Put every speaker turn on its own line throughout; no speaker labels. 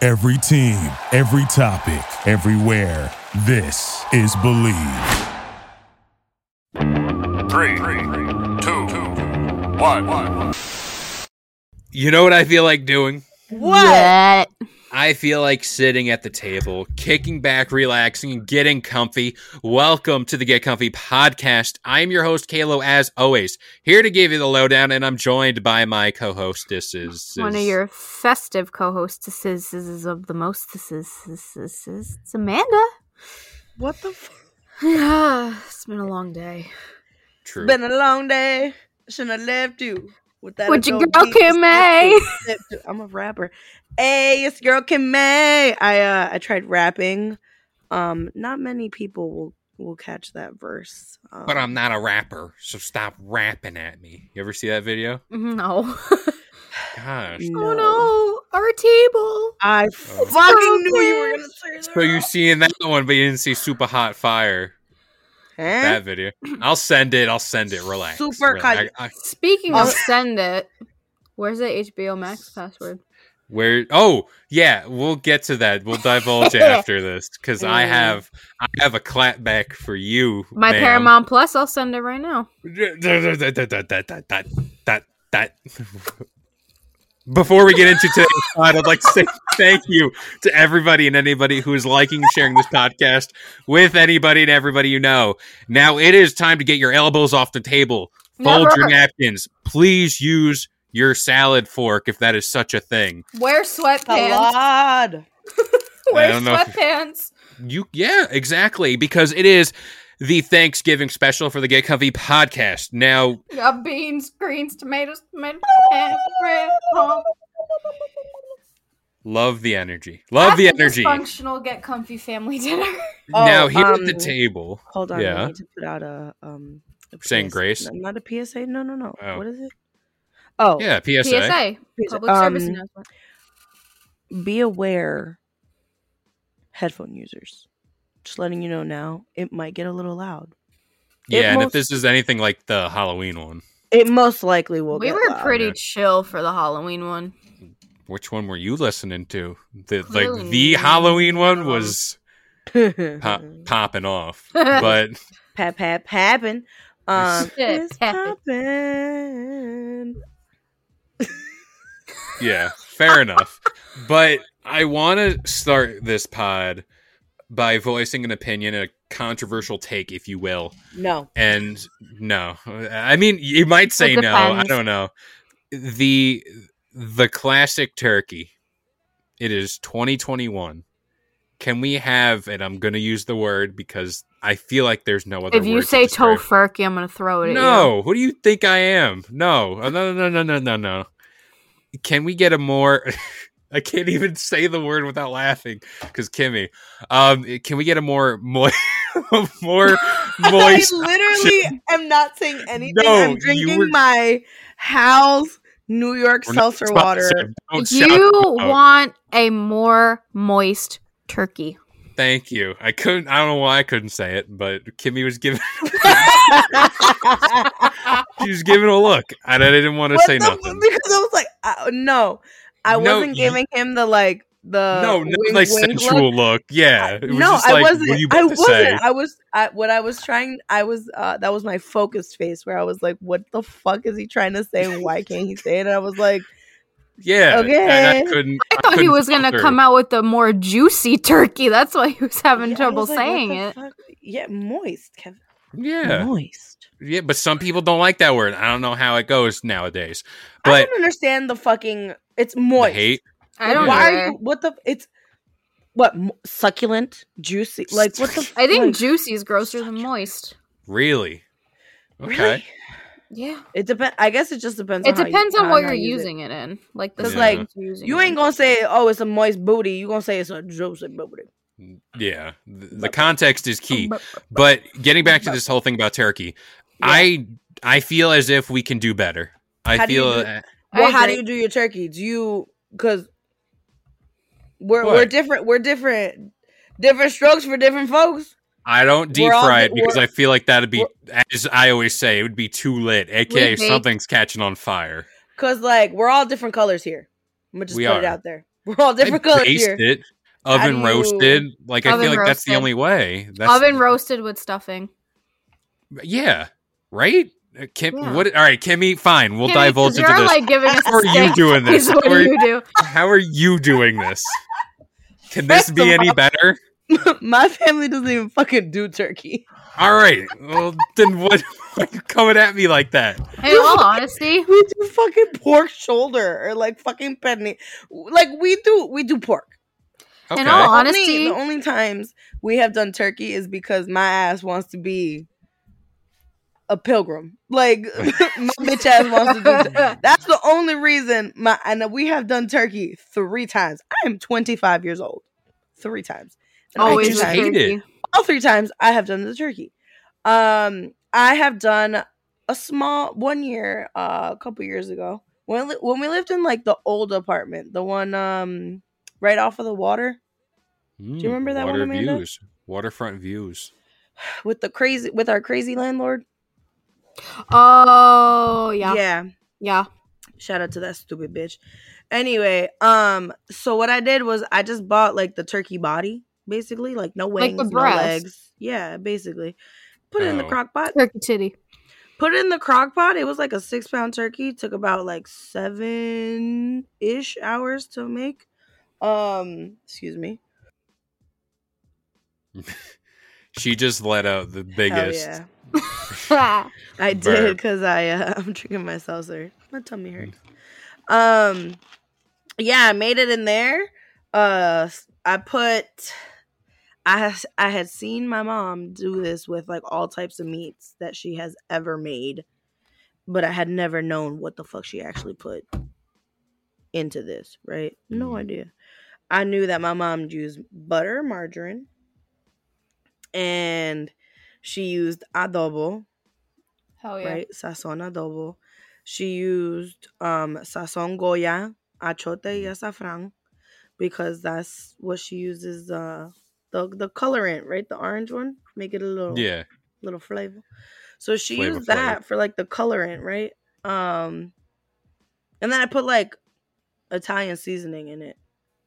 Every team, every topic, everywhere. This is Believe.
Three, two, one, one.
You know what I feel like doing?
What?
Yeah.
I feel like sitting at the table, kicking back, relaxing, and getting comfy. Welcome to the Get Comfy podcast. I am your host, Kalo, as always, here to give you the lowdown, and I'm joined by my co hostesses.
One of your festive co-hostesses of the most. This is, this is, this is- it's Amanda.
What the fuck?
Yeah, it's been a long day.
True.
Been a long day. Shouldn't have left you. With that
With your
adult
girl
beat to
Kim
step
A.
to, step to. I'm a rapper. Hey, it's your girl Kim May. I uh I tried rapping. Um not many people will will catch that verse. Um,
But I'm not a rapper, so stop rapping at me. You ever see that video?
Mm-hmm, No.
Gosh.
oh no, our table.
I
girl
fucking knew you were
Kim.
gonna say that.
Oh. So you seeing that one, but you didn't see Super Hot Fire.
Huh?
That video. I'll send it. I'll send it. Relax.
Super
Relax.
cut.
I- I-
Speaking
Oh.
of send it, where's the HBO Max password?
Where? Oh, yeah. We'll get to that. We'll divulge after this because I
Mm.
have I have a clapback for you.
My
ma'am.
Paramount Plus. I'll send it right now.
Before we get into today's pod, I'd like to say thank you to everybody and anybody who is liking and sharing this podcast with anybody and everybody you know. Now it is time to get your elbows off the table. Fold your
Never.
napkins. Please use your salad fork if that is such a thing.
Wear sweatpants.
Salad.
I
Wear
don't know if-
sweatpants.
You yeah, exactly because it is the Thanksgiving special for the Get Comfy podcast. Now,
You got beans, greens, tomatoes, tomatoes, and bread.
love the energy. Love the energy.
Functional, get comfy family dinner.
Oh,
now here at
um,
the table.
Hold on,
Yeah.
I need to put out a um a
Saying
PSA.
grace?
Not a PSA. No, no, no.
Oh.
What is it? Oh,
Yeah, PSA.
PSA,
please,
public service
um,
announcement.
be aware headphone users just letting you know now it might get a little loud
Yeah, and if
most-
this is anything like the Halloween one,
it most likely will
we
get
were
loud.
pretty
Yeah.
chill for the Halloween one.
which one were you listening to? The like
Clearly
the
not.
Halloween one was pop,
Mm-hmm.
popping off. But
pap pap pappin um
Shit,
it's
pappin'.
poppin'.
yeah, fair enough. But I want to start this pod by voicing an opinion, a controversial take, if you will,
no
and no i mean you might say
It
no i
depends.
don't know the the classic turkey it is 2021 can we have and i'm gonna use the word because i feel like there's no other
If you
word to
say
describe-
tofurkey, I'm gonna throw it. at
no who do you think i am no uh, no no no no no no no can we get a more i can't even say the word without laughing because kimmy um can we get a more mo- more moist
i literally am not saying anything
No,
i'm
you
drinking
were-
my house new york
We're not
seltzer water
sponsored. Don't
you.
shout
You
us out.
want a more moist turkey.
Thank you. I couldn't. I don't know why I couldn't say it, but Kimmy was giving. she was giving a look, and I didn't want to
What
say
the-
nothing.
because I was like, I, no, I
No,
wasn't
you-
giving him the like the
no, no,
wink,
like
wink
sensual
Uh, look.
look. Yeah, it was
No,
just
I
like,
wasn't.
What are you about
I
to
wasn't.
say?
I was. I, what I was trying. I was. Uh, that was my focused face where I was like, "What the fuck is he trying to say? and Why can't he say it?" And I was like,
Yeah,
Okay.
and I couldn't.
I thought he
couldn't
was gonna
filter.
come out with a more juicy turkey. That's why he was having
yeah, I
trouble
was like, what
saying
the
it.
fuck? Yeah, moist, Kevin.
Yeah,
Moist.
yeah, but some people don't like that word. I don't know how it goes nowadays.
I
But
don't understand the fucking. It's
the
moist.
hate.
I don't
Why
know.
are you? What the? It's what mo- succulent, juicy. Like what the?
I think
like,
juicy is grosser than moist.
Really. Okay.
really?
Yeah,
It depends. I guess it just depends.
it
how you-
depends on
how-
what
how
you're
you use it.
using it. in. Like the
'Cause,
size
like,
you're using
You
it in.
ain't gonna say, "Oh, it's a moist booty." You gonna say it's a juicy booty.
Yeah. The, the context is key. But getting back to this whole thing about turkey, I I feel as if we can do better. I
How do you
feel
do it?
uh,
I
Well, how do
agree.
you do your turkey? Do you because we're
What?
we're different. We're different. Different strokes for different folks.
I don't deep
We're all
fry
the-
it because
we're-
I feel like that'd be, as I always say, it would be too lit. AKA
We bake-
something's catching on fire.
Cause like we're all different colors here. I'm gonna just
We
put it
are.
out there. We're all
I
different colors
baste
here.
it,
How
oven
do you-
roasted. Like I
Oven
feel like that's the
roasted.
only way. That's
Oven roasted with stuffing.
Yeah, right. Uh, Kim,
Yeah.
what? All right, Kimmy. Fine, we'll
Kimmy, 'cause
divulge into
you're
this.
like giving us
How are
a
you
steak.
doing this?
Is
How
what
are,
you do.
how are you doing this? Can this
First
be
of
any
all-
better?
My family doesn't even fucking do turkey.
All right. Well, then what? Why are you coming at me like that?
In all honesty,
We do fucking pork shoulder or like fucking penne. Like we do, we do pork.
Okay.
In all
Only-
honesty-
the only times we have done turkey is because my ass wants to be a pilgrim. Like my bitch ass wants to do. That. That's the only reason my and we have done turkey three times. I am twenty five years old. Three times. And all
always
three
just
with
times-
hate
turkey.
it.
all three times I have done the turkey. Um, I have done a small one year, uh, a couple years ago when li- when we lived in like the old apartment, the one um right off of the water
Do
you remember that one,
Hmm, water
Amanda?
Views. Waterfront views.
with the crazy with our crazy landlord.
Oh yeah, yeah.
yeah. Shout out to that stupid bitch. Anyway, um, so what I did was I just bought like the turkey body, basically, like no
Like
wings,
the
no
breast.
legs. Yeah, basically. Put it in the
Oh.
crock pot.
Turkey titty.
put it in the crock pot. It was like a six pound turkey. Took about like seven ish hours to make. Um, excuse me.
She just let out the
Hell
biggest.
yeah,
yeah,
I did
Burp.
because I uh, I'm drinking my seltzer. My tummy hurts. Um, yeah, I made it in there. Uh, I put. I has- I had seen my mom do this with like all types of meats that she has ever made, but I had never known what the fuck she actually put into this. Right? No
Mm.
idea. I knew that my mom used butter, margarine, and she used adobo,
hell yeah.
right? Sazon adobo. She used um sazon goya, achote y azafrán because that's what she uses uh the the colorant, right? The orange one, make it a little
Yeah.
little flavor. So she
Flavor
used
Flav.
that for like the colorant, right? Um and then I put like Italian seasoning in it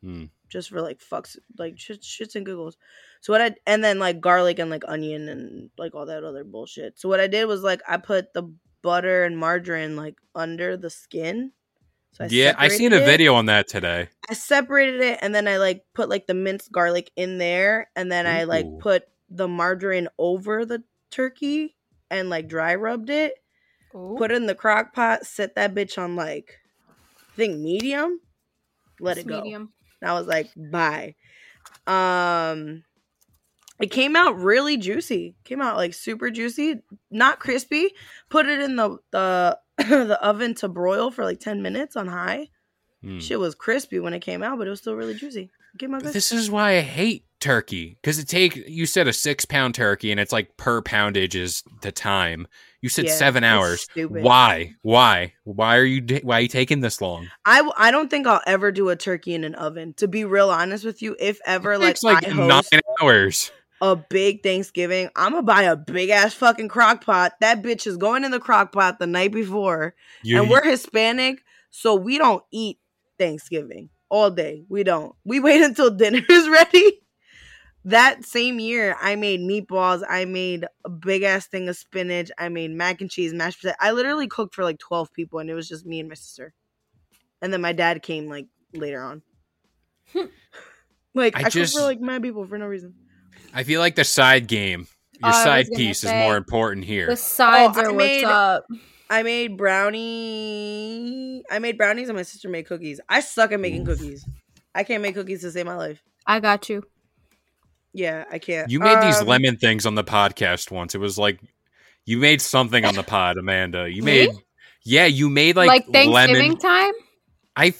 Mm.
just for like fucks like shit, shits and giggles so what i and then like garlic and like onion and like all that other bullshit so what i did was like i put the butter and margarine like under the skin so
yeah. I seen a
separated it.
video on that today.
i separated it and then i like put like the minced garlic in there and then i like
Ooh.
put the margarine over the turkey and like dry rubbed it put it in the crock pot set that bitch on like i think medium let it go
Medium.
and I was like, bye. Um it came out really juicy. Came out like super juicy, not crispy. Put it in the the the oven to broil for like 10 minutes on high.
Mm.
Shit was crispy when it came out, but it was still really juicy. It came out good.
This is why I hate turkey because it take you said a six pound turkey and it's like per poundage is the time. You said
Yeah,
seven
that's
hours.
stupid.
Why? Why? Why are you? da- Why are you taking this long?
I w- I don't think I'll ever do a turkey in an oven. To be real honest with you, if ever
It
like,
takes like
I
nine
host
hours.
a big Thanksgiving, I'm gonna buy a big ass fucking crock pot. That bitch is going in the crock pot the night before.
You,
and we're Hispanic, so we don't eat Thanksgiving all day. We don't. We wait until dinner is ready. That same year, I made meatballs. I made a big ass thing of spinach. I made mac and cheese, mashed potato. I literally cooked for like twelve people, and it was just me and my sister. And then my dad came like later on. like
I
I,
just-
cooked for like nine people for no reason.
I feel like the side game,
Oh, I
your
was
side
gonna
piece, is
say-
more important here. Oh,
The sides
I
are
made-
what's up.
I made brownie. I made brownies, and my sister made cookies. I suck at making cookies. I can't make cookies to save my life.
I got you.
Yeah, I can't.
You made these
Um,
lemon things on the podcast once. It was like you made something on the pod, Amanda. You
Me?
made, yeah, you made like,
Like, Thanksgiving
lemon.
time.
I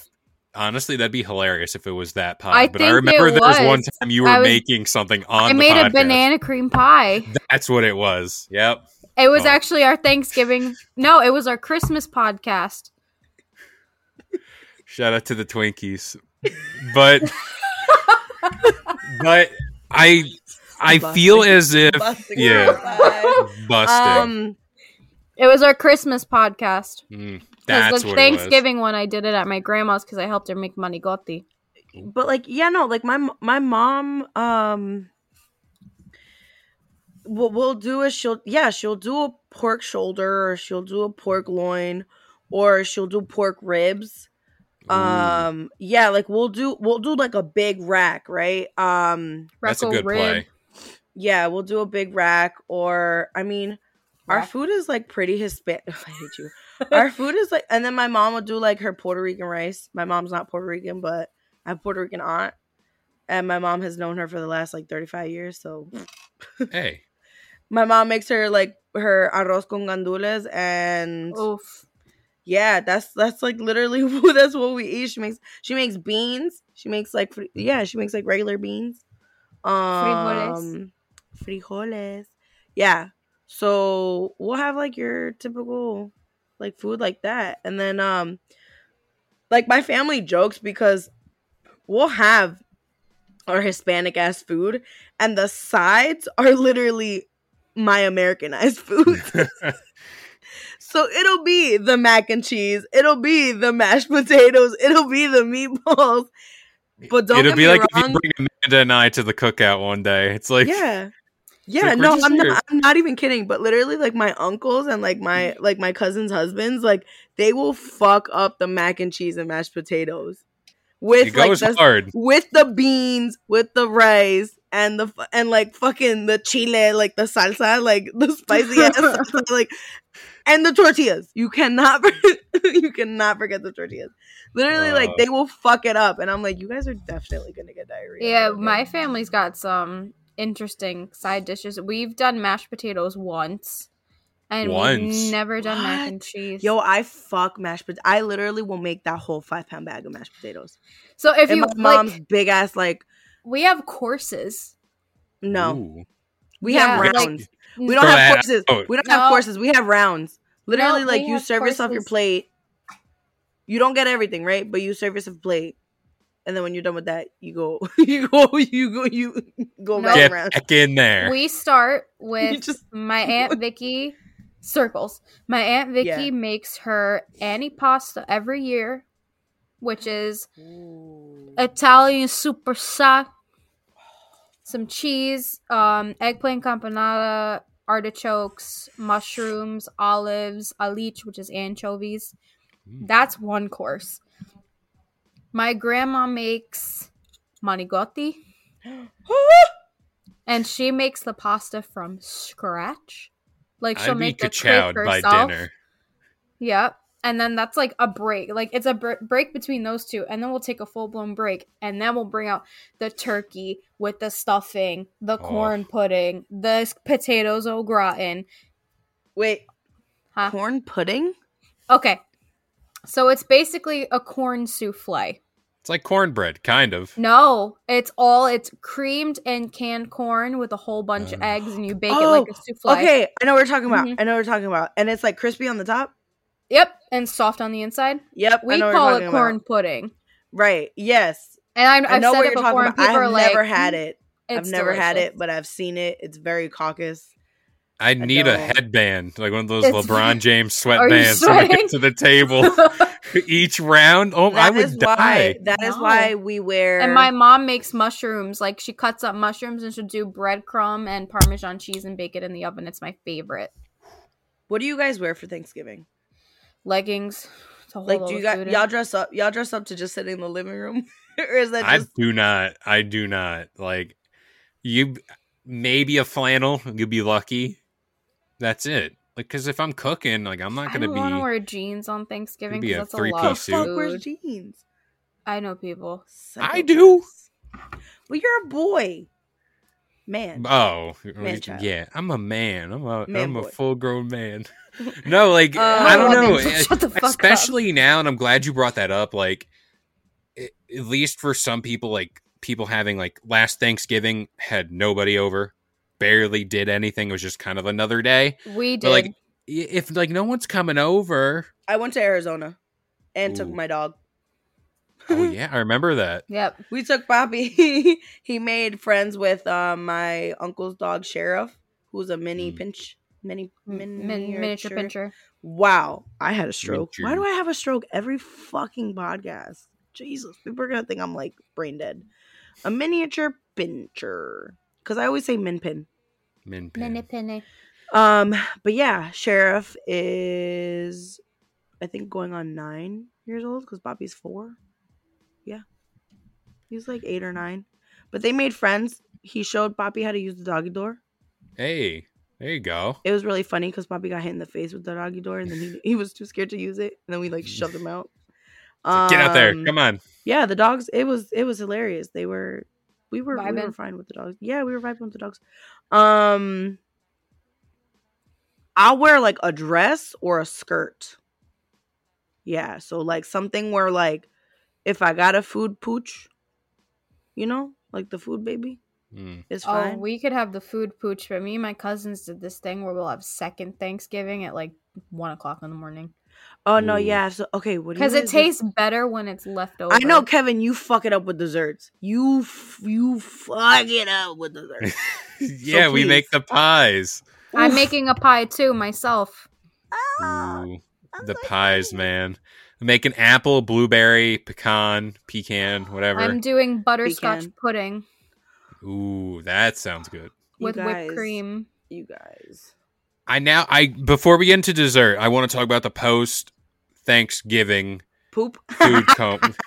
honestly, that'd be hilarious if it was that pod.
I
but I
think
remember
it
there was. one
was.
time you were
I was-
making something on.
I
the
made a
podcast.
banana cream pie.
That's what it was. Yep.
It was
Oh.
actually our Thanksgiving. No, it was our Christmas podcast.
Shout out to the Twinkies, but but I I feel
Busted.
as if
Busted.
yeah busted.
Um,
It was our Christmas podcast.
Mm,
'Cause
that's
the
what it was.
Thanksgiving one I did it at my grandma's because I helped her make manigotti.
but like yeah no like my m- my mom um what we'll do is she'll yeah she'll do a pork shoulder or she'll do a pork loin or she'll do pork ribs um yeah like we'll do we'll do like a big rack right um
that's a
Reckle
good play.
yeah we'll do a big rack or i mean our
Rack.
food is like pretty hispanic i hate you our food is like and then my mom will do like her puerto rican rice my mom's not puerto rican but i have a puerto rican aunt and my mom has known her for the last like 35 years so
Hey,
my mom makes her like her arroz con gandules and
Oof.
yeah, that's that's like literally what- that's what we eat. She makes she makes beans. She makes like fri- yeah, she makes like regular beans. Um, frijoles. Yeah. So we'll have like your typical like food like that, and then um, like my family jokes because we'll have our Hispanic ass food, and the sides are literally my Americanized food. So it'll be the mac and cheese. It'll be the mashed potatoes. It'll be the meatballs. But don't
it'll
get
be
me
like if
wrong.
you bring Amanda and I to the cookout one day. It's like,
yeah. Yeah,
like, we're
no,
just
I'm
here.
not, I'm not even kidding. But literally, like my uncles and like my
Mm-hmm.
like my cousins' husbands, like they will fuck up the mac and cheese and mashed potatoes with
it
like
goes
the,
hard.
with the beans, with the rice, and the fu- and like fucking the chile, like the salsa, like the spicy ass salsa, like and the tortillas. You cannot you cannot forget the tortillas. Literally,
Wow.
like they will fuck it up, and I'm like, you guys are definitely gonna get diarrhea.
Yeah,
Okay.
my family's got some interesting side dishes. We've done mashed potatoes once, and
Once?
we've never done mac
What?
and cheese.
Yo, I fuck mashed potatoes. I literally will make that whole five pound bag of mashed potatoes.
so if
And
you
my
like,
mom's big ass, like,
we have courses.
no,
Ooh.
we
Yeah,
have
like-
rounds. we don't
Throw that Oh.
have courses.
out.
We don't
No.
have courses. We have rounds. Literally,
No,
like
we
you
have
serve yourself your
courses.
plate. You don't get everything, right? But you serve yourself a plate, and then when you're done with that, you go, you go, you go, you go
No.
round
Get
and round.
back in there.
We start
You
with
just
my aunt Vicky circles. My aunt Vicky
Yeah.
makes her Annie pasta every year, which is Italian supersa, some cheese, um, eggplant campanata, artichokes, mushrooms, olives, alich, which is anchovies.
Mm.
That's one course. My grandma makes manigotti, and she makes the pasta from scratch. Like she'll
I'd be
make the
ka
cake
by
herself.
dinner.
Yep. And then that's like a break. Like it's a br- break between those two. And then we'll take a full blown break. And then we'll bring out the turkey with the stuffing, the
Oh.
corn pudding, the s- potatoes au gratin.
wait,
Huh?
corn pudding?
Okay. So it's basically a corn souffle.
It's like cornbread, kind of.
No, it's all it's creamed and canned corn with a whole bunch of
Oh.
eggs and you bake it
Oh,
like a souffle.
Okay, I know what we're talking about.
Mhm.
I know what we're talking about, and it's like crispy on the top.
Yep, and soft on the inside.
Yep, I
We
know what we're
call
talking
it corn
about.
pudding.
Right? Yes,
And I'm,
i
I've
know
said
what
it
you're
before.
talking
and
about.
people are
I've
like, "Hmm, "Mm,
never had it. I've
"It's
never had
delicious."
it, but I've seen it. It's very caucus.
I need a
don't.
headband, like one of those
It's-
LeBron James
Are you
sweatbands to
sweating?
get to the table each round. Oh, I
That is
would die.
Why, that is
No.
why we wear.
and my mom makes mushrooms. Like she cuts up mushrooms and she'll do breadcrumb and Parmesan cheese and bake it in the oven. It's my favorite.
what do you guys wear for Thanksgiving?
Leggings to hold
Like,
all
do you
the
guys
food in.
y'all dress up? Y'all dress up to just sit in the living room, or is that
I
just
do not. I do not. Like you, maybe a flannel. You'll be lucky. That's it. Like, because if I'm cooking, like I'm not
I
gonna
don't want to
be.
wear jeans on Thanksgiving
be a
because that's a
the
lot
three-piece
of
suit.
"Oh, fuck wears
food.
jeans?
I know people.
I do.
Psychopaths. Well, you're a boy, man.
Oh,
Man child.
yeah. I'm a man. I'm a
Man
am a
boy.
full grown man. No, like
Uh,
I don't
Robin,
know. eh,
shut the fuck up.
especially now, and I'm glad you brought that up. Like, a- at least for some people, like people having like last Thanksgiving had nobody over, barely did anything. It was just kind of another day.
We did.
But like, i- if like no one's coming over,
I went to Arizona and took
Ooh.
my dog.
oh yeah, I remember that.
yep.
We took Bobby. he made friends with uh, my uncle's dog Sheriff, who's a mini
Mm.
pinch, mini
Min- miniature pincher.
Wow, I had a stroke. Why
Miniature.
do I have a stroke every fucking podcast? Jesus, people are gonna think I'm like brain dead. A miniature pincher, because I always say min pin.
Min
Mini
pin.
penny.
Um, but yeah, Sheriff is, I think, going on nine years old because Bobby's four. Yeah, he's like eight or nine. But they made friends. He showed Bobby how to use the doggy door.
Hey, there you go.
It was really funny because Bobby got hit in the face with the doggy door, and then he, he was too scared to use it, and then we like shoved him out.
It's like, Get out there.
Um,
Come on.
yeah, the dogs. It was it was hilarious. They were we were we were
Vibing.
fine with the dogs. Yeah, we were vibing with the dogs. Um, I'll wear like a dress or a skirt. Yeah, so like something where like if I got a food pooch, you know, like the food baby,
Mm.
it's
Oh,
fine.
we could have the food pooch, but me and my cousins did this thing where we'll have second Thanksgiving at like one o'clock in the morning
oh no,
Ooh.
yeah. So okay, what do you
because it
guys do-
tastes better when it's left over.
I know, Kevin. You fuck it up with desserts. You f- you fuck it up with desserts.
yeah, we
please.
make the pies.
I'm
Oof.
making a pie too myself.
Ah,
Ooh,
I'm
the
so
pies,
excited.
man. Make an apple, blueberry, pecan, pecan, whatever.
I'm doing butterscotch
Pecan.
pudding
Ooh, that sounds good.
You
with
guys-
whipped cream.
You guys.
I now I before we get into dessert, I want to talk about the post Thanksgiving
poop.
food comp.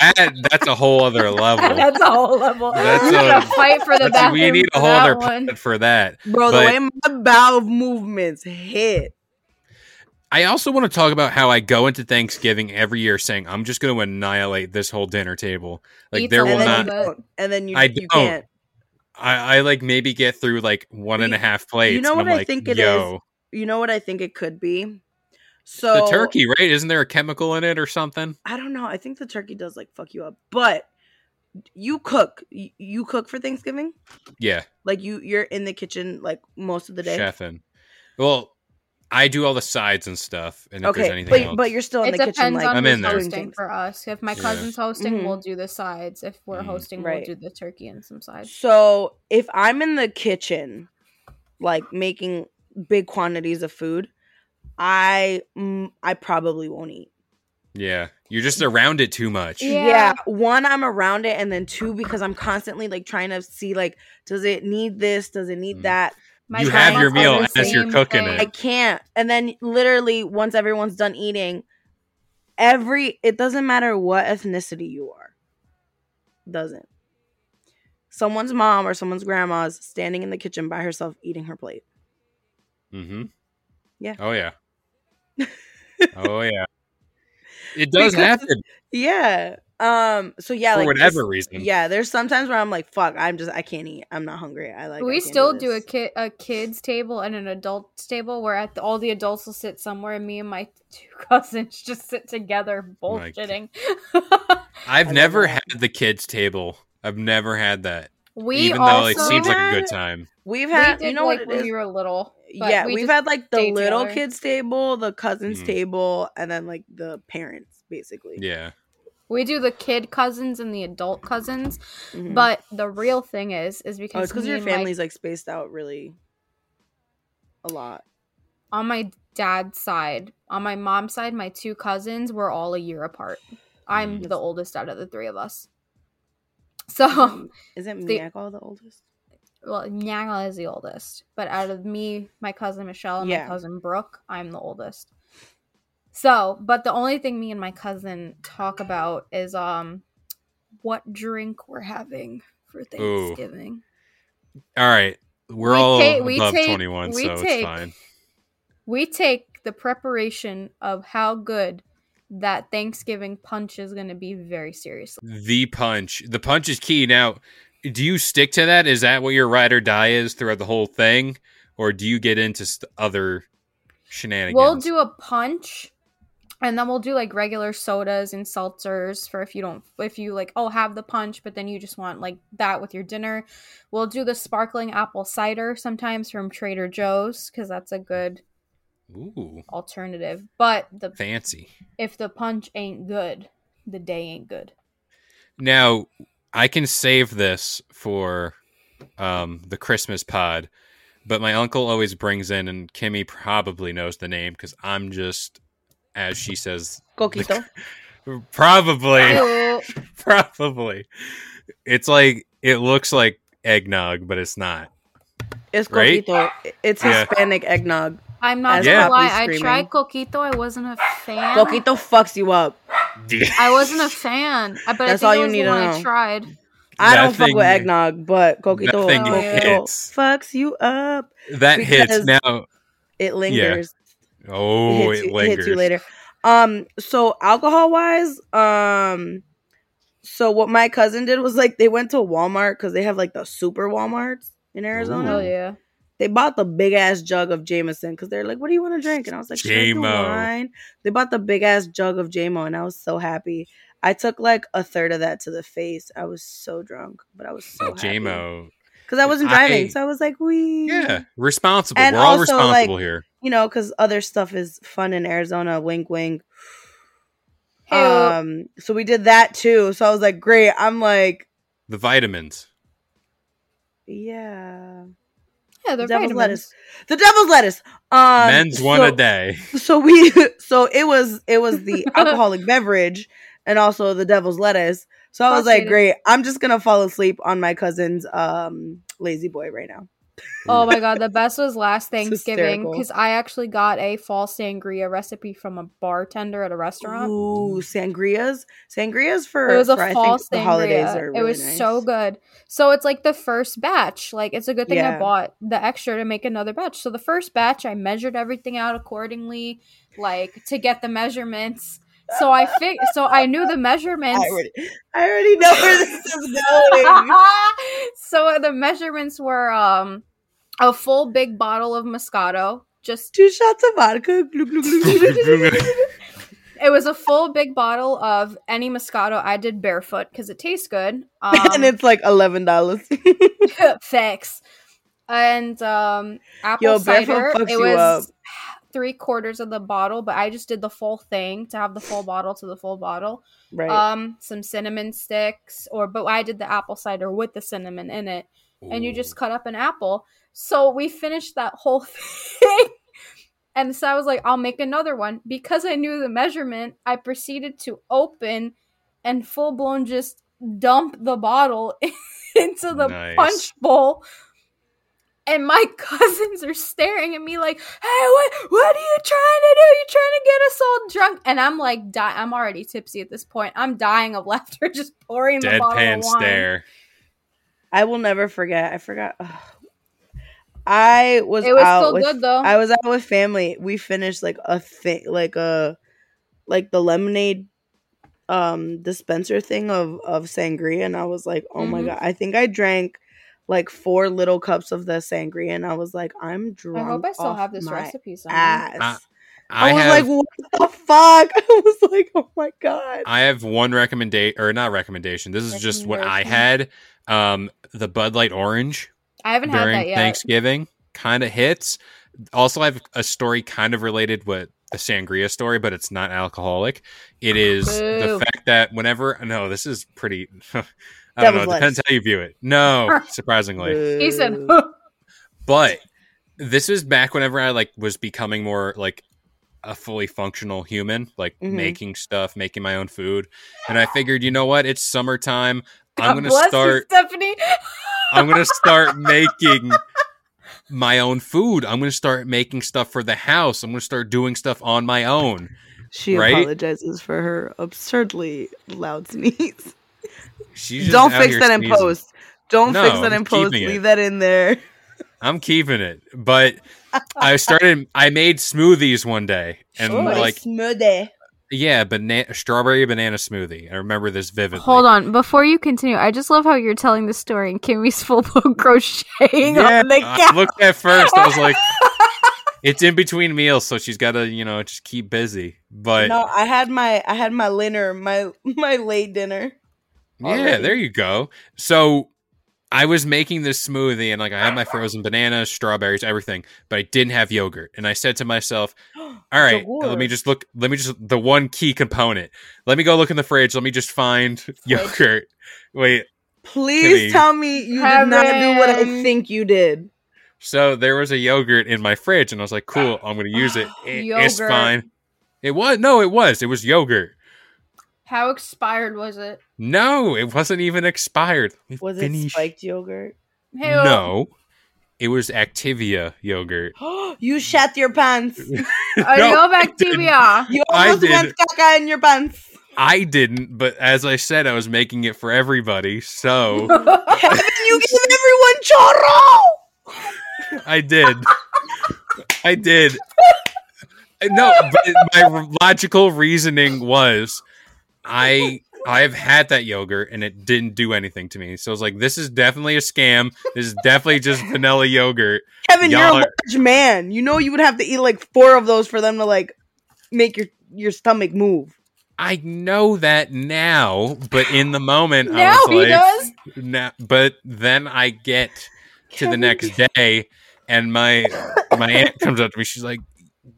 that that's a whole other level.
That's a whole level.
That's
we gotta
a-
fight for the
That's-
bathroom.
we need a
for
whole
that
other
one.
pod for that.
Bro,
But-
the way my bowel movements hit.
I also want to talk about how I go into Thanksgiving every year saying I'm just going to annihilate this whole dinner table. Like
Eat
there
some
will not.
lemon.
and, then you
not-
don't. and then you,
I
you
don't.
can't.
I, I like maybe get through like one and a
You-
half plates.
know
and
what
I'm
I
like,
think it
Yo,
You know what I think it could be?
the
So
turkey, right? Isn't there a chemical in it or something?
I don't know. I think the turkey does like fuck you up. But you cook. You, you cook for Thanksgiving?
Yeah,
Like you you're in the kitchen like most of the day.
chefing. Well, I do all the sides and stuff, and if
okay.
there's anything
but
else,
but you're still in
it
the kitchen
depends
like
on
I'm
who's
in there.
hosting
doing things.
for us. If my
Yeah.
cousin's hosting,
Mhm.
we'll do the sides. If we're
Mm.
hosting,
Right.
we'll do the turkey and some sides.
So if I'm in the kitchen, like making big quantities of food, I mm, I probably won't eat.
yeah, you're just around it too much.
Yeah.
yeah. one i'm around it and then two because i'm constantly like trying to see like does it need this does it need
Mm.
that
My
you have your
grandma's on
meal
the
as you're
same
cooking
thing.
i
it.
can't and then literally once everyone's done eating every it doesn't matter what ethnicity you are doesn't someone's mom or someone's grandma's standing in the kitchen by herself eating her plate
Mm-hmm.
Yeah.
Oh yeah. oh yeah. It does
Because-
happen
yeah um so yeah
for
like
whatever
this-
reason.
yeah there's sometimes where i'm like fuck i'm just i can't eat i'm not hungry i like I
we
can't
still do
this.
a kid a kids table and an adults table where at the, all the adults will sit somewhere and me and my two cousins just sit together
My
bullshitting.
I've
I love
never had
that.
the kids table. I've never had that.
we
even though
also
it seems like a
had-
good time.
we've
we
had
did
you know
like
what it
when
is
we were little. but
yeah,
we
we have
just-
had like the
stayed
little
together.
kids table, the cousins
Mhm.
table, and then like the parents basically.
Yeah.
we do the kid cousins and the adult cousins.
Mhm.
But the real thing is, is
oh,
because
it's because
me
your
and my-
family's like spaced out really a lot.
on my dad's side, on my mom's side, my two cousins were all a year apart. I'm
Mm.
the oldest out of the three of us. So,
Um, Isn't
the-
Miyako the oldest?
well, Nyala is the oldest, but out of me, my cousin Michelle, and
Yeah.
my cousin Brooke, I'm the oldest. So, but the only thing me and my cousin talk about is um, what drink we're having for Thanksgiving.
All right. We're
We
all
take- we
above
take-
21,
we
so it's
take-
fine.
We take the preparation of how good that Thanksgiving punch is going to be very seriously.
The punch. The punch is key. Now, do you stick to that? Is that what your ride or die is throughout the whole thing? Or do you get into st- other shenanigans?
We'll do a punch and then we'll do like regular sodas and seltzers for if you don't if you like oh have the punch but then you just want like that with your dinner. We'll do the sparkling apple cider sometimes from Trader Joe's cuz that's a good
Ooh,
alternative. But the
fancy.
if the punch ain't good, the day ain't good.
Now, I can save this for um, the Christmas pod, but my uncle always brings in, and Kimmy probably knows the name because I'm just, as she says,
Coquito.
Probably,
Ew.
probably. It's like it looks like eggnog, but it's not.
It's
Right?
coquito. It's
Yeah.
Hispanic eggnog.
I'm not
As
gonna
Yeah.
lie.
Poppy's
I tried
screaming.
Coquito. I wasn't a fan.
Coquito fucks you up.
I wasn't a fan. I- But
That's
I think
all
it
you
was
need
the
to
one I
know.
tried.
I
That
don't fuck
thing-
with eggnog, but
that
coquito,
thing
coquito
hits.
fucks you up.
That hits
Because-
now.
It lingers.
Oh,
hits,
it
you, hits
lingers.
you later. Um, so alcohol wise, um, so what my cousin did was like they went to Walmart because they have like the super WalMarts in Arizona.
Oh yeah.
They bought the big ass jug of Jameson because they're like, "What do you want to drink?" And I was like, "Should I do
Jamo.
wine?" They bought the big ass jug of JMO, and I was so happy. I took like a third of that to the face. I was so drunk, but I was so JMO
JMO.
because I wasn't
I-
driving, so I was like, "We,
Yeah, responsible.
And
We're all
also,
responsible
like,
here.
you know," because other stuff is fun in Arizona. Wink, wink.
Ew.
Um, so we did that too. So I was like, "Great." I'm like,
The vitamins.
"Yeah."
yeah, they're
devil's
vitamins.
lettuce. The devil's lettuce. Um,
Men's one
so-
a day.
so we so it was it was the alcoholic beverage and also the devil's lettuce so i was like
Frustrating.
great i'm just gonna fall asleep on my cousin's um lazy boy right now
Oh my god, the best was last Thanksgiving
hysterical.
because I actually got a fall sangria recipe from a bartender at a restaurant.
ooh sangrias sangrias for
it was a
for, I
fall
think the
sangria.
holidays are
it
really
was
nice.
so good. So it's like the first batch. Like it's a good thing I
Yeah.
bought the extra to make another batch. So the first batch, I measured everything out accordingly, like to get the measurements. So I fig- so I knew the
I
measurements.
already, I already know where this is going
so the measurements were um a full big bottle of Moscato, just
two shots of vodka glug, glug, glug, glug, glug, glug, glug.
It was a full big bottle of any Moscato I did barefoot because it tastes good. Um,
and it's like eleven dollars
thanks. And um, apple
Yo,
cider.
barefoot fucks
It
you
was three quarters of the bottle, but I just did the full thing to have the full bottle to the full bottle.
right
Um, some cinnamon sticks, or but I did the apple cider with the cinnamon in it, and you just cut up an apple. So we finished that whole thing. And so I was like, I'll make another one. Because I knew the measurement, I proceeded to open and full blown just dump the bottle into the
Nice.
punch bowl. And my cousins are staring at me like, "Hey, what? What are you trying to do? You trying to get us all drunk?" And I'm like, di- "I'm already tipsy at this point. I'm dying of laughter just pouring the bottle
deadpan
of wine."
stare.
I will never forget. I forgot. ugh. I was.
It was
out
still
with,
good, though.
I was out with family. We finished like a thing, like a, like the lemonade, um, dispenser thing of of sangria, and I was like, oh my
Mhm.
god, I think I drank like four little cups of the sangria, and I was like, I'm
I
drunk.
hope I still
off
have this
my
recipe somewhere.
Ass.
I-
I,
I,
was
have
like, what the fuck? I was like, oh my god.
I have one recommendation or not recommendation. This is just what I had. Um, the Bud Light Orange
I haven't had that
during
yet.
Thanksgiving kind of hits. Also, I have a story kind of related with the sangria story, but it's not alcoholic. It is
Oh, Boo.
the fact that whenever no, this is pretty. I don't
Devil's
know. It depends
lettuce.
how you view it. No, surprisingly,
He said,
Boo.
but this is back whenever I like was becoming more like a fully functional human, like
Mhm.
making stuff, making my own food. And I figured, you know what? It's summertime. I'm
God
gonna
bless you,
start.
Stephanie.
I'm gonna start making my own food. I'm gonna start making stuff for the house. I'm gonna start doing stuff on my own.
She
Right?
apologizes for her absurdly loud sneeze.
She's just
Don't
out
fix
here
that in
sneezing.
post. Don't
No,
fix
I'm
that in post.
keeping it.
Leave that in there.
I'm keeping it, but I started. I made smoothies one day, and
Ooh.
like
smoothie.
yeah, banana strawberry banana smoothie. I remember this vividly.
Hold on, before you continue, I just love how you're telling the story and Kimmy's full blown crocheting on the
I
couch.
looked at first. I was like, it's in between meals, so she's got to, you know, just keep busy. But
No, I had my I had my dinner, my my late dinner.
yeah, there you go. So I was making this smoothie, and like I had my frozen bananas, strawberries, everything, but I didn't have yogurt. And I said to myself, all right, uh, let me
Yogur.
just look. Let me just the one key component. Let me go look in the fridge. Let me just find yogurt. Wait,
Please
Kimmy.
tell me you did not do what I
Kevin.
think you did.
So there was a yogurt in my fridge, and I was like, "Cool, I'm gonna use it. I- It's
Yogurt.
fine." It was no, it was. It was yogurt.
How expired was it?
No, it wasn't even expired. Let me
Was it
finish.
spiked yogurt?
Ew.
No, it was Activia yogurt.
you shat your pants.
I
No,
know oh, back TBR.
You
I
almost
did.
went caca in your pants.
I didn't, but as I said, I was making it for everybody, so
Haven't you given everyone choro?
I did. I did. No, but my logical reasoning was I I've had that yogurt and it didn't do anything to me. So I was like, this is definitely a scam. This is definitely just vanilla yogurt.
Kevin, you're a
Y'all are-
large man. You know you would have to eat like four of those for them to like make your your stomach move.
I know that now, but in the moment I
now
was
he
like
does.
No, but then I get to the
Kevin.
next day, and my my aunt comes up to me. She's like,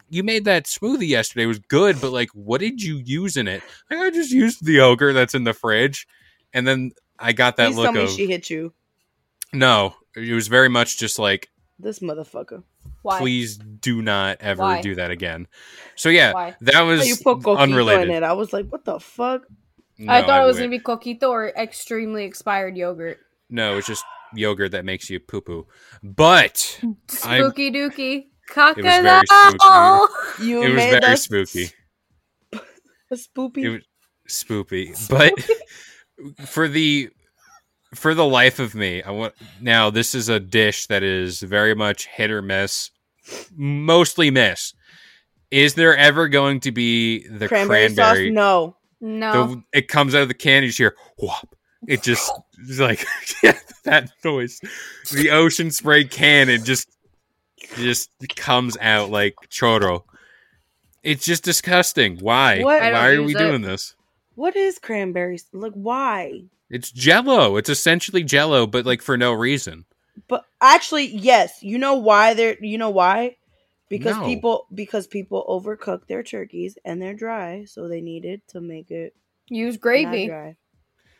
"You made that smoothie yesterday. It was good, but like, what did you use in it?" Like, I just used the ogre that's in the fridge, and then I got that
Please tell
look
me
of
she hit you.
no. It was very much just like,
This motherfucker.
Why?
"Please do not ever
Why?
do that again." So yeah,
Why?
that
you
was
put coquito
unrelated.
in it. I was like, what the fuck?
No,
I thought it was
wish-
gonna be coquito or extremely expired yogurt.
no. It's just yogurt that makes you poo poo, but I'm-
Spooky dookie.
was very spooky.
Cockadoo.
You
it was
made
very
us
spooky.
A spoopy.
It was spoopy, but for the for the life of me, I want now. This is a dish that is very much hit or miss, mostly miss. Is there ever going to be the
cranberry,
cranberry?
sauce? No.
No.
The- it comes out of the can. You just hear whop. It just it's like yeah, that noise. The ocean spray can. It just just comes out like choro. It's just disgusting. Why?
What- I
don't
Why are
use
we
it.
doing this?
What is cranberry? s- Like why?
It's jello. It's essentially jello, but like for no reason.
But actually, yes. You know why they're you know why? Because
No.
people because people overcook their turkeys and they're dry, so they needed to make it
Use
not
gravy.
dry.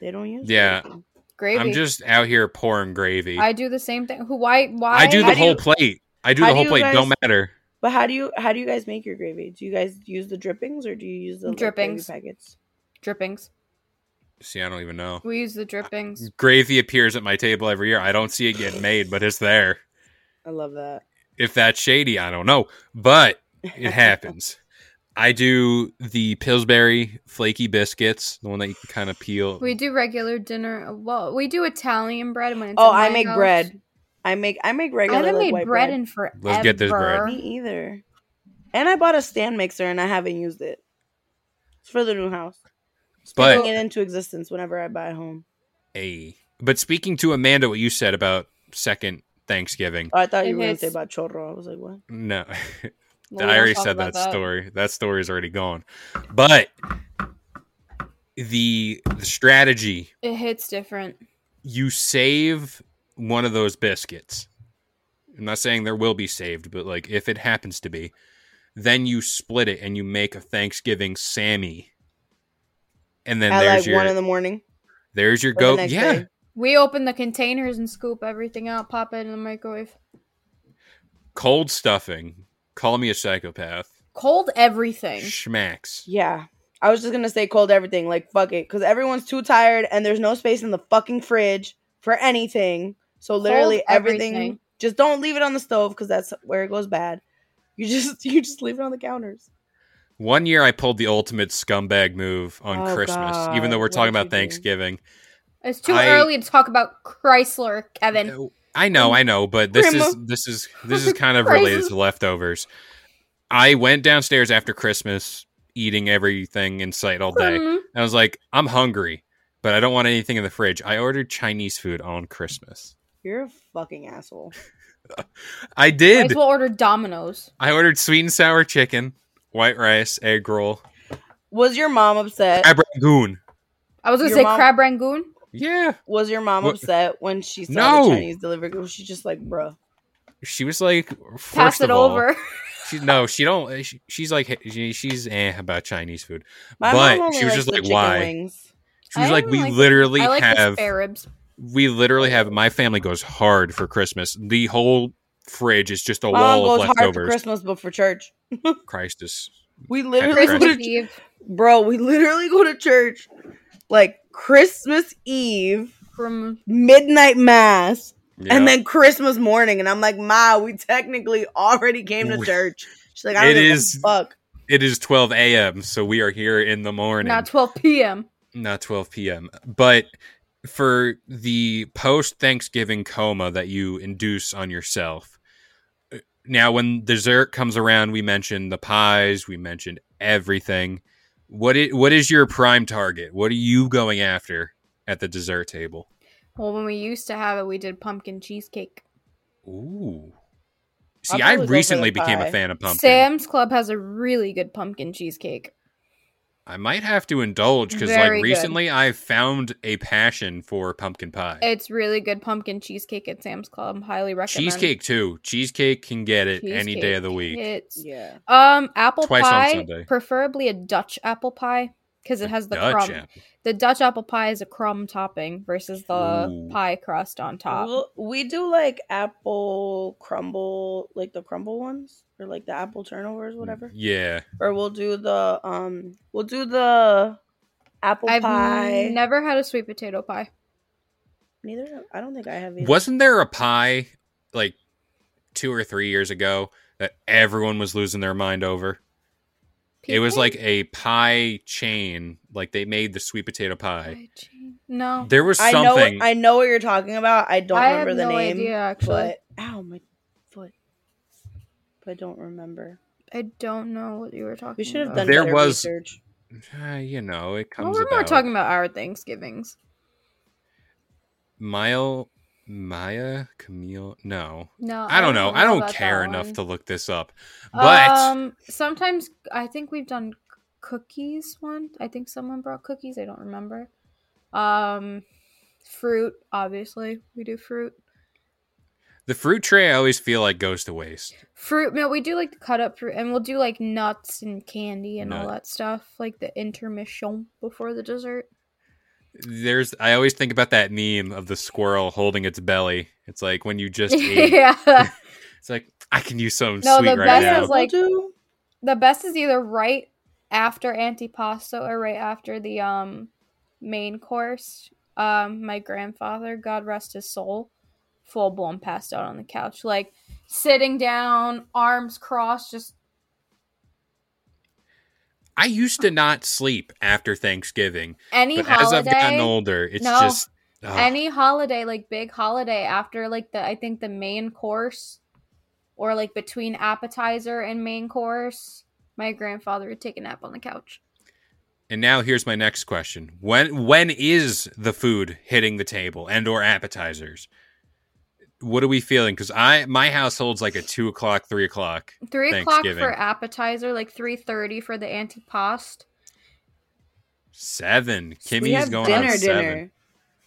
They don't use
Yeah.
gravy.
Gravy.
I'm just out here pouring gravy. I,
I do the same thing. Who? Why? Why?
do the
how do
whole
you-
plate. I do
how
the
do
whole
you
plate.
guys-
Don't matter.
But how do you how do you guys make your gravy? Do you guys use the drippings or do you use the like, gravy
Drippings.
packets?
drippings.
See, I don't even know.
We use the drippings.
Gravy appears at my table every year. I don't see it getting made, but it's there.
I love that.
If that's shady, I don't know, but it happens. I do the Pillsbury flaky biscuits, the one that you can kind of peel.
We do regular dinner. Well, we do Italian bread when it's.
oh,
at my
I make
house.
bread. I make I make
I
regular.
haven't
like,
made
white
bread,
bread,
in forever.
Let's get this bread.
me either. And I bought a stand mixer and I haven't used it. It's for the new house.
But-
Speaking it into existence whenever I buy a home.
A. But speaking to Amanda, what you said about second Thanksgiving.
Oh, I thought
It
you were going
hits.
to say about chorro. I was like, what?
No.
Well, we
I
don't
already
talk
said
about
that, story. That story is already gone. But the the strategy
It hits different.
you save one of those biscuits. I'm not saying there will be saved, but like if it happens to be, then you split it and you make a Thanksgiving Sammy. And then
At
there's
like
your
one in the morning.
there's your
or the
go.
next
yeah,
day.
We open the containers and scoop everything out, pop it in the microwave.
cold stuffing. Call me a psychopath.
Cold everything.
Schmacks.
Yeah. I was just going to say cold everything. Like, fuck it. Because everyone's too tired and there's no space in the fucking fridge for anything. So literally everything.
everything.
Just don't leave it on the stove because that's where it goes bad. You just you just leave it on the counters.
One year I pulled the ultimate scumbag move on
Oh,
Christmas,
God.
even though we're
What
talking
did
about
you do?
Thanksgiving.
It's too
I-
early to talk about Chrysler, Kevin.
Uh, I know, I know, but this is
Grandma.
this is this is kind of related
Crisis.
to leftovers. I went downstairs after Christmas, eating everything in sight all day.
Mhm.
I was like, I'm hungry, but I don't want anything in the fridge. I ordered Chinese food on Christmas.
You're a fucking asshole.
I
Might
did.
as well order Domino's.
I ordered sweet and sour chicken, white rice, egg roll,
Was your mom
Uh,
upset?
crab rangoon.
I was gonna
Your
say
mom-
crab rangoon.
Yeah,
Was your mom
What-
upset when she saw
No.
the Chinese delivery? Was she just like, bruh?
she was like, first
Pass it
of all-
over.
She, no, she don't. She, she's like she, she's eh about Chinese food.
My
But
mom only
she was
likes
just
the
like,
chicken
why?
wings.
She was
I
like,
don't
we
like-
literally
I like the
have,
spare ribs.
we literally have. My family goes hard for Christmas. The whole fridge is just a
My mom
wall of
goes hard for
leftovers.
Christmas, but for church.
Christus,
We literally go
Christmas
to
Eve.
bro. We literally go to church like Christmas Eve,
From
midnight mass,
Yeah.
and then Christmas morning, and I'm like, Ma, we technically already came to
We-
church. She's like, I don't
It
give
is-
a fuck.
it is 12 a.m. So we are here in the morning,
not 12 p.m.
not 12 p.m. But for the post Thanksgiving coma that you induce on yourself. uh, Now, when dessert comes around, we mentioned the pies, we mentioned everything. What is, what is your prime target? What are you going after at the dessert table?
Well, when we used to have it, we did pumpkin cheesecake.
Ooh. See, I
probably go for the
recently became a
pie.
fan of pumpkin.
Sam's Club has a really good pumpkin cheesecake.
I might have to indulge because, like,
Very good.
recently I found a passion for pumpkin pie.
It's really good pumpkin cheesecake at Sam's Club. Highly recommend.
Cheesecake too. Cheesecake can get it any day of the
Cheesecake
week.
hits.
Yeah.
Um, apple
Twice on
pie,
Sunday.
preferably a Dutch apple pie, because it has the
Dutch
crumb.
apple.
The Dutch apple pie is a crumb topping versus the
Ooh.
pie crust on top.
Well, we do like apple crumble, like the crumble ones, or like the apple
Mm-hmm.
turnovers, whatever.
Mm, Yeah,
Or we'll do the um, we'll do the apple
I've
pie.
never had a sweet potato pie.
Neither. I don't think I have. Either.
wasn't there a pie like two or three years ago that everyone was losing their mind over? It was
Pecan
like a pie chain. Like they made the sweet potato pie.
pie chain. no,
There was
I know.
something.
I know what you're talking about. I don't
I have
remember the
no
name.
idea actually.
But ow, my foot. But I don't remember.
I don't know what you were talking.
We should have
about.
done
There
better
was-
research.
Uh, you know, it
Well,
comes.
we're
about.
more talking about our Thanksgivings.
Mile, Maya, Camille. No,
No,
I don't know. I don't
about
care
that
enough
one.
to look this up. But
um, sometimes I think we've done c- cookies. One, I think someone brought cookies. I don't remember. Um, fruit. Obviously, we do fruit.
the fruit tray, I always feel like goes to waste.
Fruit. No, we do like the cut up fruit, and we'll do like nuts and candy and all
Nut.
that stuff, like the intermission before the dessert.
There's, I always think about that meme of the squirrel holding its belly. It's like when you just ate.
yeah.
It's like I can use some
No,
sweet
the
right
best
now.
is like-
we'll do
the best is either right after antipasto or right after the um main course. Um, my grandfather, God rest his soul, full blown passed out on the couch, like sitting down, arms crossed, just
I used to not sleep after Thanksgiving,
any
but as I've
holiday.
gotten older, it's
No.
just ugh.
any holiday like big holiday after like the i think the main course or like between appetizer and main course my grandfather would take a nap on the couch
And now here's my next question: When when is the food hitting the table and or appetizers? What are we feeling? Because I my household's like a two o'clock, three o'clock.
three o'clock for
Thanksgiving.
appetizer like 3.30 for the antipasto
Seven.
we
Kimmy's
have
going
dinner,
on seven. Hmm.
dinner.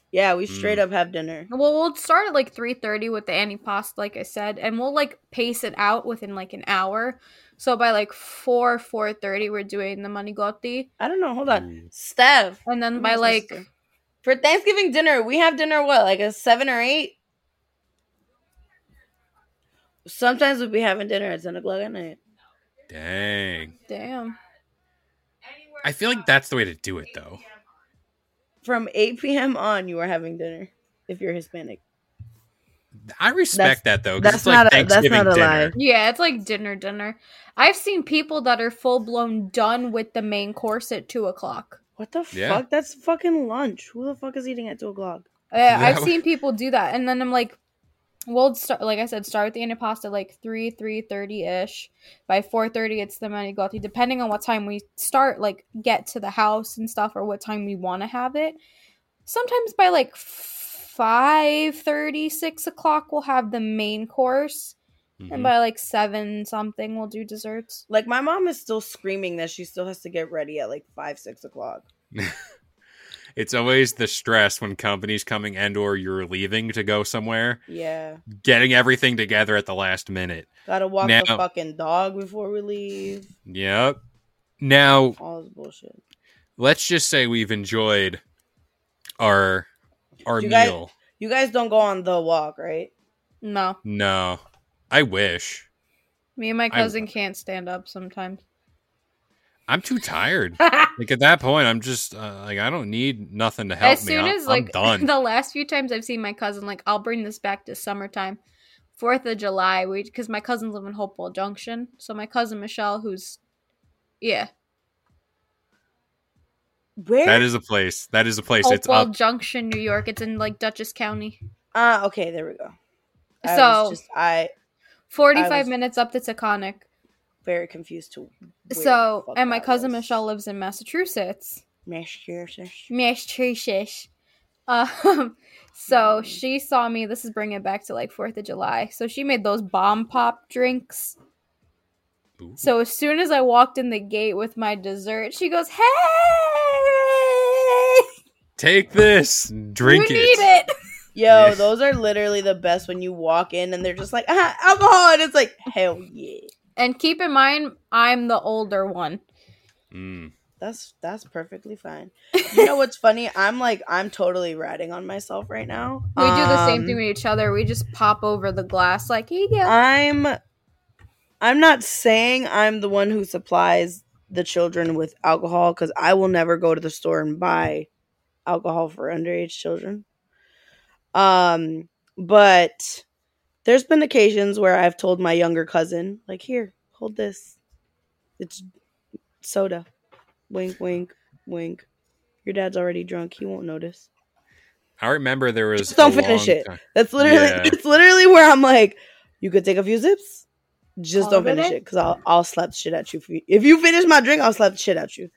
Yeah, we straight up have dinner.
Well, we'll start at like three thirty with the antipasto, like I said, and we'll like pace it out within like an hour. So by like four four thirty, we're doing the manigotti,
I don't know. Hold on,
Ooh.
Steph.
and then
I'm
by
not
like
supposed to. for Thanksgiving dinner, we have dinner what like a seven or eight. Sometimes we'll be having dinner at ten o'clock at night.
Dang.
damn,
I feel like that's the way to do it, though.
From eight p.m. on, you are having dinner if you're Hispanic.
I respect that though. 'cause
that's
it's like
not a- that's
Thanksgiving
not a lie.
dinner.
yeah, it's like dinner dinner. I've seen people that are full blown done with the main course at two o'clock.
What the
Yeah.
fuck? That's fucking lunch. Who the fuck is eating at two o'clock?
Yeah, I've
That-
seen people do that, and then I'm like, we'll start. Like I said, start with the antipasta like three three thirty ish. By four thirty, it's the manigotti. Depending on what time we start, like get to the house and stuff, or what time we want to have it. Sometimes by like five thirty, six o'clock, we'll have the main course, and
Mhm.
by like seven something, we'll do desserts.
Like my mom is still screaming that she still has to get ready at like five, six o'clock.
It's always the stress when companies coming and or you're leaving to go somewhere,
Yeah,
getting everything together at the last minute.
gotta walk the
Now-
fucking dog before we leave.
Yep. Now,
All this bullshit.
let's just say we've enjoyed our our
You guys-
meal.
You guys don't go on the walk, right?
No,
no. I wish.
me and my
I-
cousin can't stand up sometimes.
I'm too tired. like at that point, I'm just uh, like I don't need nothing to help
as
me.
soon
I'm-
as like
I'm done.
the last few times I've seen my cousin, like I'll bring this back to summertime, Fourth of July, we because my cousins live in Hopewell Junction, so my cousin Michelle, who's yeah,
Where?
That is a place. That is a
Oh,
place. It's
Hopewell
up.
Junction, New York. It's in like Dutchess County.
uh, okay, there we go. I
so
was just, I I
forty-five
was-
minutes up to Taconic.
very confused to where the
so
fuck
and my
that
cousin
was.
Michelle lives in Massachusetts.
Massachusetts.
Massachusetts. Um,
Mm.
so she saw me. This is bringing it back to like Fourth of July. So she made those bomb pop drinks.
Ooh.
So as soon as I walked in the gate with my dessert, she goes, "Hey,
Take this, drink
you
it.
need it."
Yo,
Yeah.
those are literally the best when you walk in and they're just like ah, alcohol, and it's like hell yeah.
And keep in mind, I'm the older one.
Mm.
That's that's perfectly fine. You know what's funny? I'm like I'm totally riding on myself right now.
We do the same
Um,
thing with each other. We just pop over the glass, like, "Here you go."
I'm I'm not saying I'm the one who supplies the children with alcohol because I will never go to the store and buy alcohol for underage children. Um, but there's been occasions where I've told my younger cousin, like, here, hold this. It's soda. Wink, wink, wink. Your dad's already drunk. He won't notice.
I remember there was.
Just don't
a
finish
long
it.
time-
That's literally
Yeah.
that's literally where I'm like, you could take a few sips, just
All
don't
of it
finish
in?
it because I'll I'll slap shit at you. If you, if you finish my drink, I'll slap the shit at you.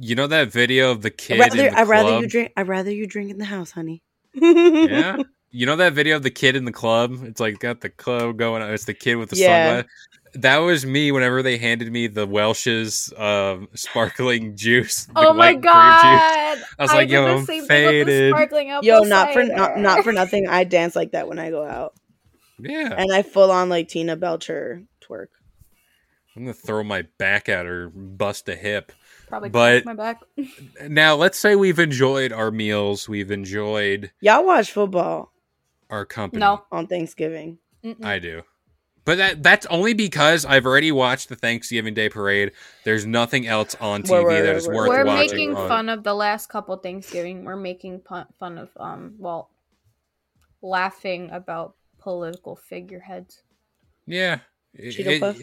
You know that video of the
I'd
kid. in
rather
the
I'd rather you
club?
drink I'd rather you drink in the house, honey.
yeah. You know that video of the kid in the club? It's like got the club going on. It's the kid with the
Yeah.
sunglasses. That was me whenever they handed me the Welsh's um, sparkling juice. the
oh my
white grape juice.
god!
I was like,
did
yo,
the
I'm
same thing with the
faded.
sparkling apple
Yo, not for
cider.
not, not for nothing. I dance like that when I go out,
Yeah.
and I full on like Tina Belcher twerk.
I'm going to throw my back at her, bust a hip.
Probably
But-
cracked my back.
Now, let's say we've enjoyed our meals, we've enjoyed
Y'all watch football
our company.
No.
on Thanksgiving.
Mm-mm.
I do. But that that's only because I've already watched the Thanksgiving Day parade. There's nothing else on TV
We're- we're-
that is
we're-
worth
We're
watching.
making
on-
fun of the last couple Thanksgiving. We're making pun- fun of um Walt laughing about political figureheads.
Yeah.
Cheeto puff?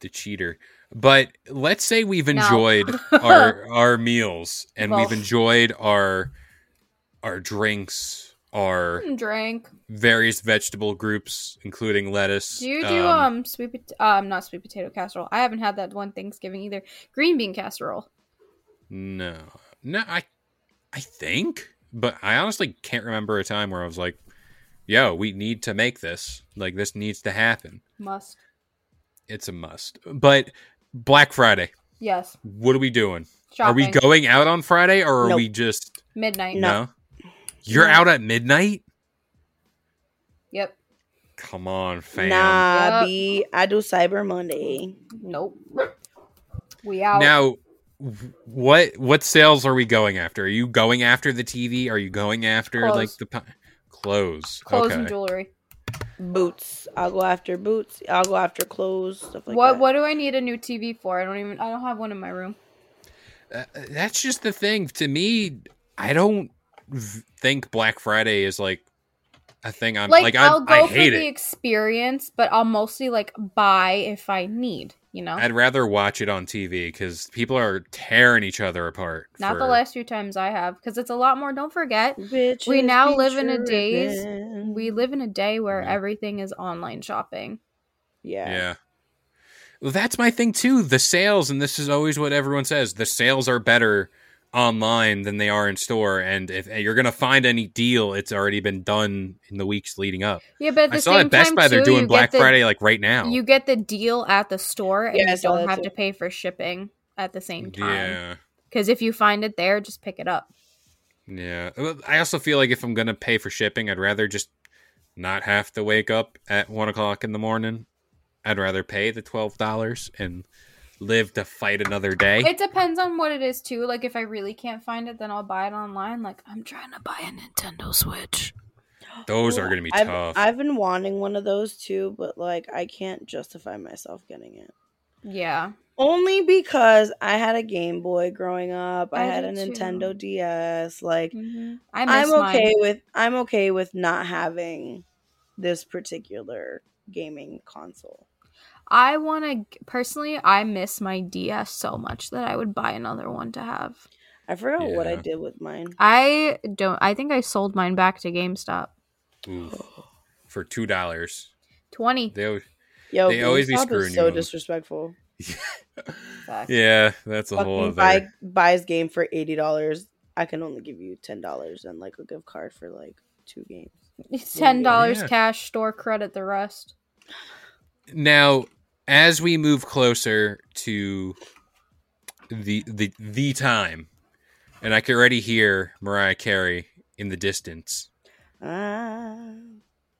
the cheater. But let's say we've
No.
enjoyed our our meals and
Well.
we've enjoyed our our drinks,
Hmm.
our
Drank.
various vegetable groups, including lettuce.
Do you do um, sweet pot- um not sweet potato casserole? I haven't had that one Thanksgiving either. Green bean casserole.
No. No, I I think. But I honestly can't remember a time where I was like, yo, we need to make this. Like this needs to happen.
Must.
It's a must. But Black Friday,
Yes.
what are we doing?
Shopping.
Are we going out on Friday or are
Nope.
we just
midnight?
no?
No.
You're
No.
out at midnight?
Yep.
Come on, fam.
Nah,
Yup.
B, I do Cyber Monday.
Nope. We out.
Now, w- what what sales are we going after? Are you going after the TV? Are you going after
Clothes.
like the pi- clothes?
Clothes
okay.
and jewelry.
Boots. I'll go after boots. I'll go after clothes. Stuff like
what
that.
What do I need a new TV for? I don't even. I don't have one in my room.
Uh, that's just the thing. To me, I don't v- think Black Friday is like a thing. I'm
like,
Um, like,
I'll
I'm,
go
I
for
hate
the
it.
experience, but I'll mostly like buy if I need. You know,
I'd rather watch it on TV because people are tearing each other apart.
not the
for-
last few times I have because it's a lot more. Don't forget,
Bitches
We now
be
live in a days
trippin'.
we live in a day where
Mhm.
everything is online shopping.
yeah.
Yeah. Well, that's my thing too. The sales, and this is always what everyone says: the sales are better online than they are in store. And if you're gonna find any deal, it's already been done in the weeks leading up.
Yeah, but at the
I saw
same
at Best
time
Buy
too,
they're doing
you
Black
get the,
Friday like right now.
You get the deal at the store, and
Yeah, I
you
saw
don't
that,
have
too.
to pay for shipping at the same time.
yeah,
Because if you find it there, just pick it up.
yeah. Well, I also feel like if I'm gonna pay for shipping, I'd rather just not have to wake up at one o'clock in the morning. I'd rather pay the twelve dollars and live to fight another day.
It depends on what it is too. Like if I really can't find it, then I'll buy it online. Like I'm trying to buy a Nintendo Switch.
Those are gonna be
I've,
tough.
I've been wanting one of those too, but like I can't justify myself getting it.
Yeah.
Only because I had a Game Boy growing up. I,
I
had a
did too.
Nintendo DS. Like
Mhm. I miss
I'm
mine.
okay with I'm okay with not having this particular gaming console.
I want to personally. I miss my DS so much that I would buy another one to have.
I forgot what I
Yeah.
did with mine.
I don't. I think I sold mine back to GameStop.
Oof. for two dollars.
Twenty.
They always,
Yo,
They always be
GameStop
screwing
is so
you.
disrespectful.
Fuck.
yeah, that's a whole
Fucking
other.
buy, buys game for eighty dollars. I can only give you ten dollars and like a gift card for like two games.
It's ten dollars
Oh, Yeah.
cash, store credit, the rest.
Now, as we move closer to the the the time, and I can already hear Mariah Carey in the distance.
Ah,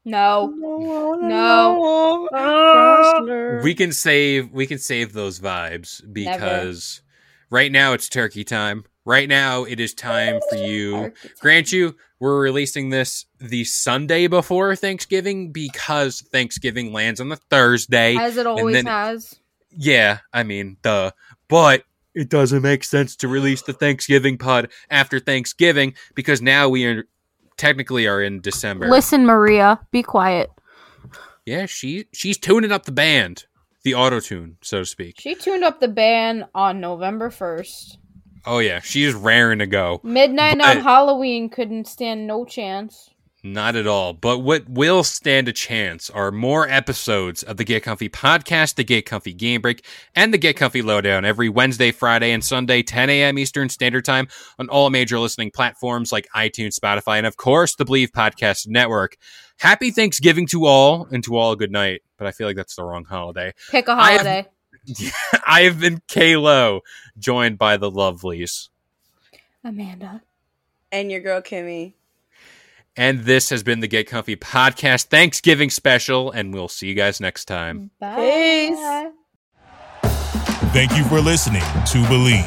No.
no, Chrysler.
We can save we can save those vibes because right now it's turkey time. Right now it is time for you. Grant you, we're releasing this the Sunday before Thanksgiving because Thanksgiving lands on the Thursday.
As it always
then-
has.
Yeah, I mean, duh. But it doesn't make sense to release the Thanksgiving pod after Thanksgiving because now we are technically are in December.
Listen, Maria, be quiet.
Yeah, she she's tuning up the band, the auto tune, so to speak.
She tuned up the band on November first.
Oh yeah, she's raring to go.
Midnight
But-
on Halloween couldn't stand no chance.
Not at all. But what will stand a chance are more episodes of the Get Comfy podcast, the Get Comfy Game Break, and the Get Comfy Lowdown every Wednesday, Friday, and Sunday, 10 a.m. Eastern Standard Time on all major listening platforms like iTunes, Spotify, and of course the Believe Podcast Network. Happy Thanksgiving to all, and to all a good night. But I feel like that's the wrong holiday.
Pick a
I have-
holiday.
I have been Kalo, joined by the lovelies.
Amanda.
and your girl Kimmy.
And this has been the Get Comfy Podcast Thanksgiving special, and we'll see you guys next time.
Bye.
Peace.
Thank you for listening to Believe.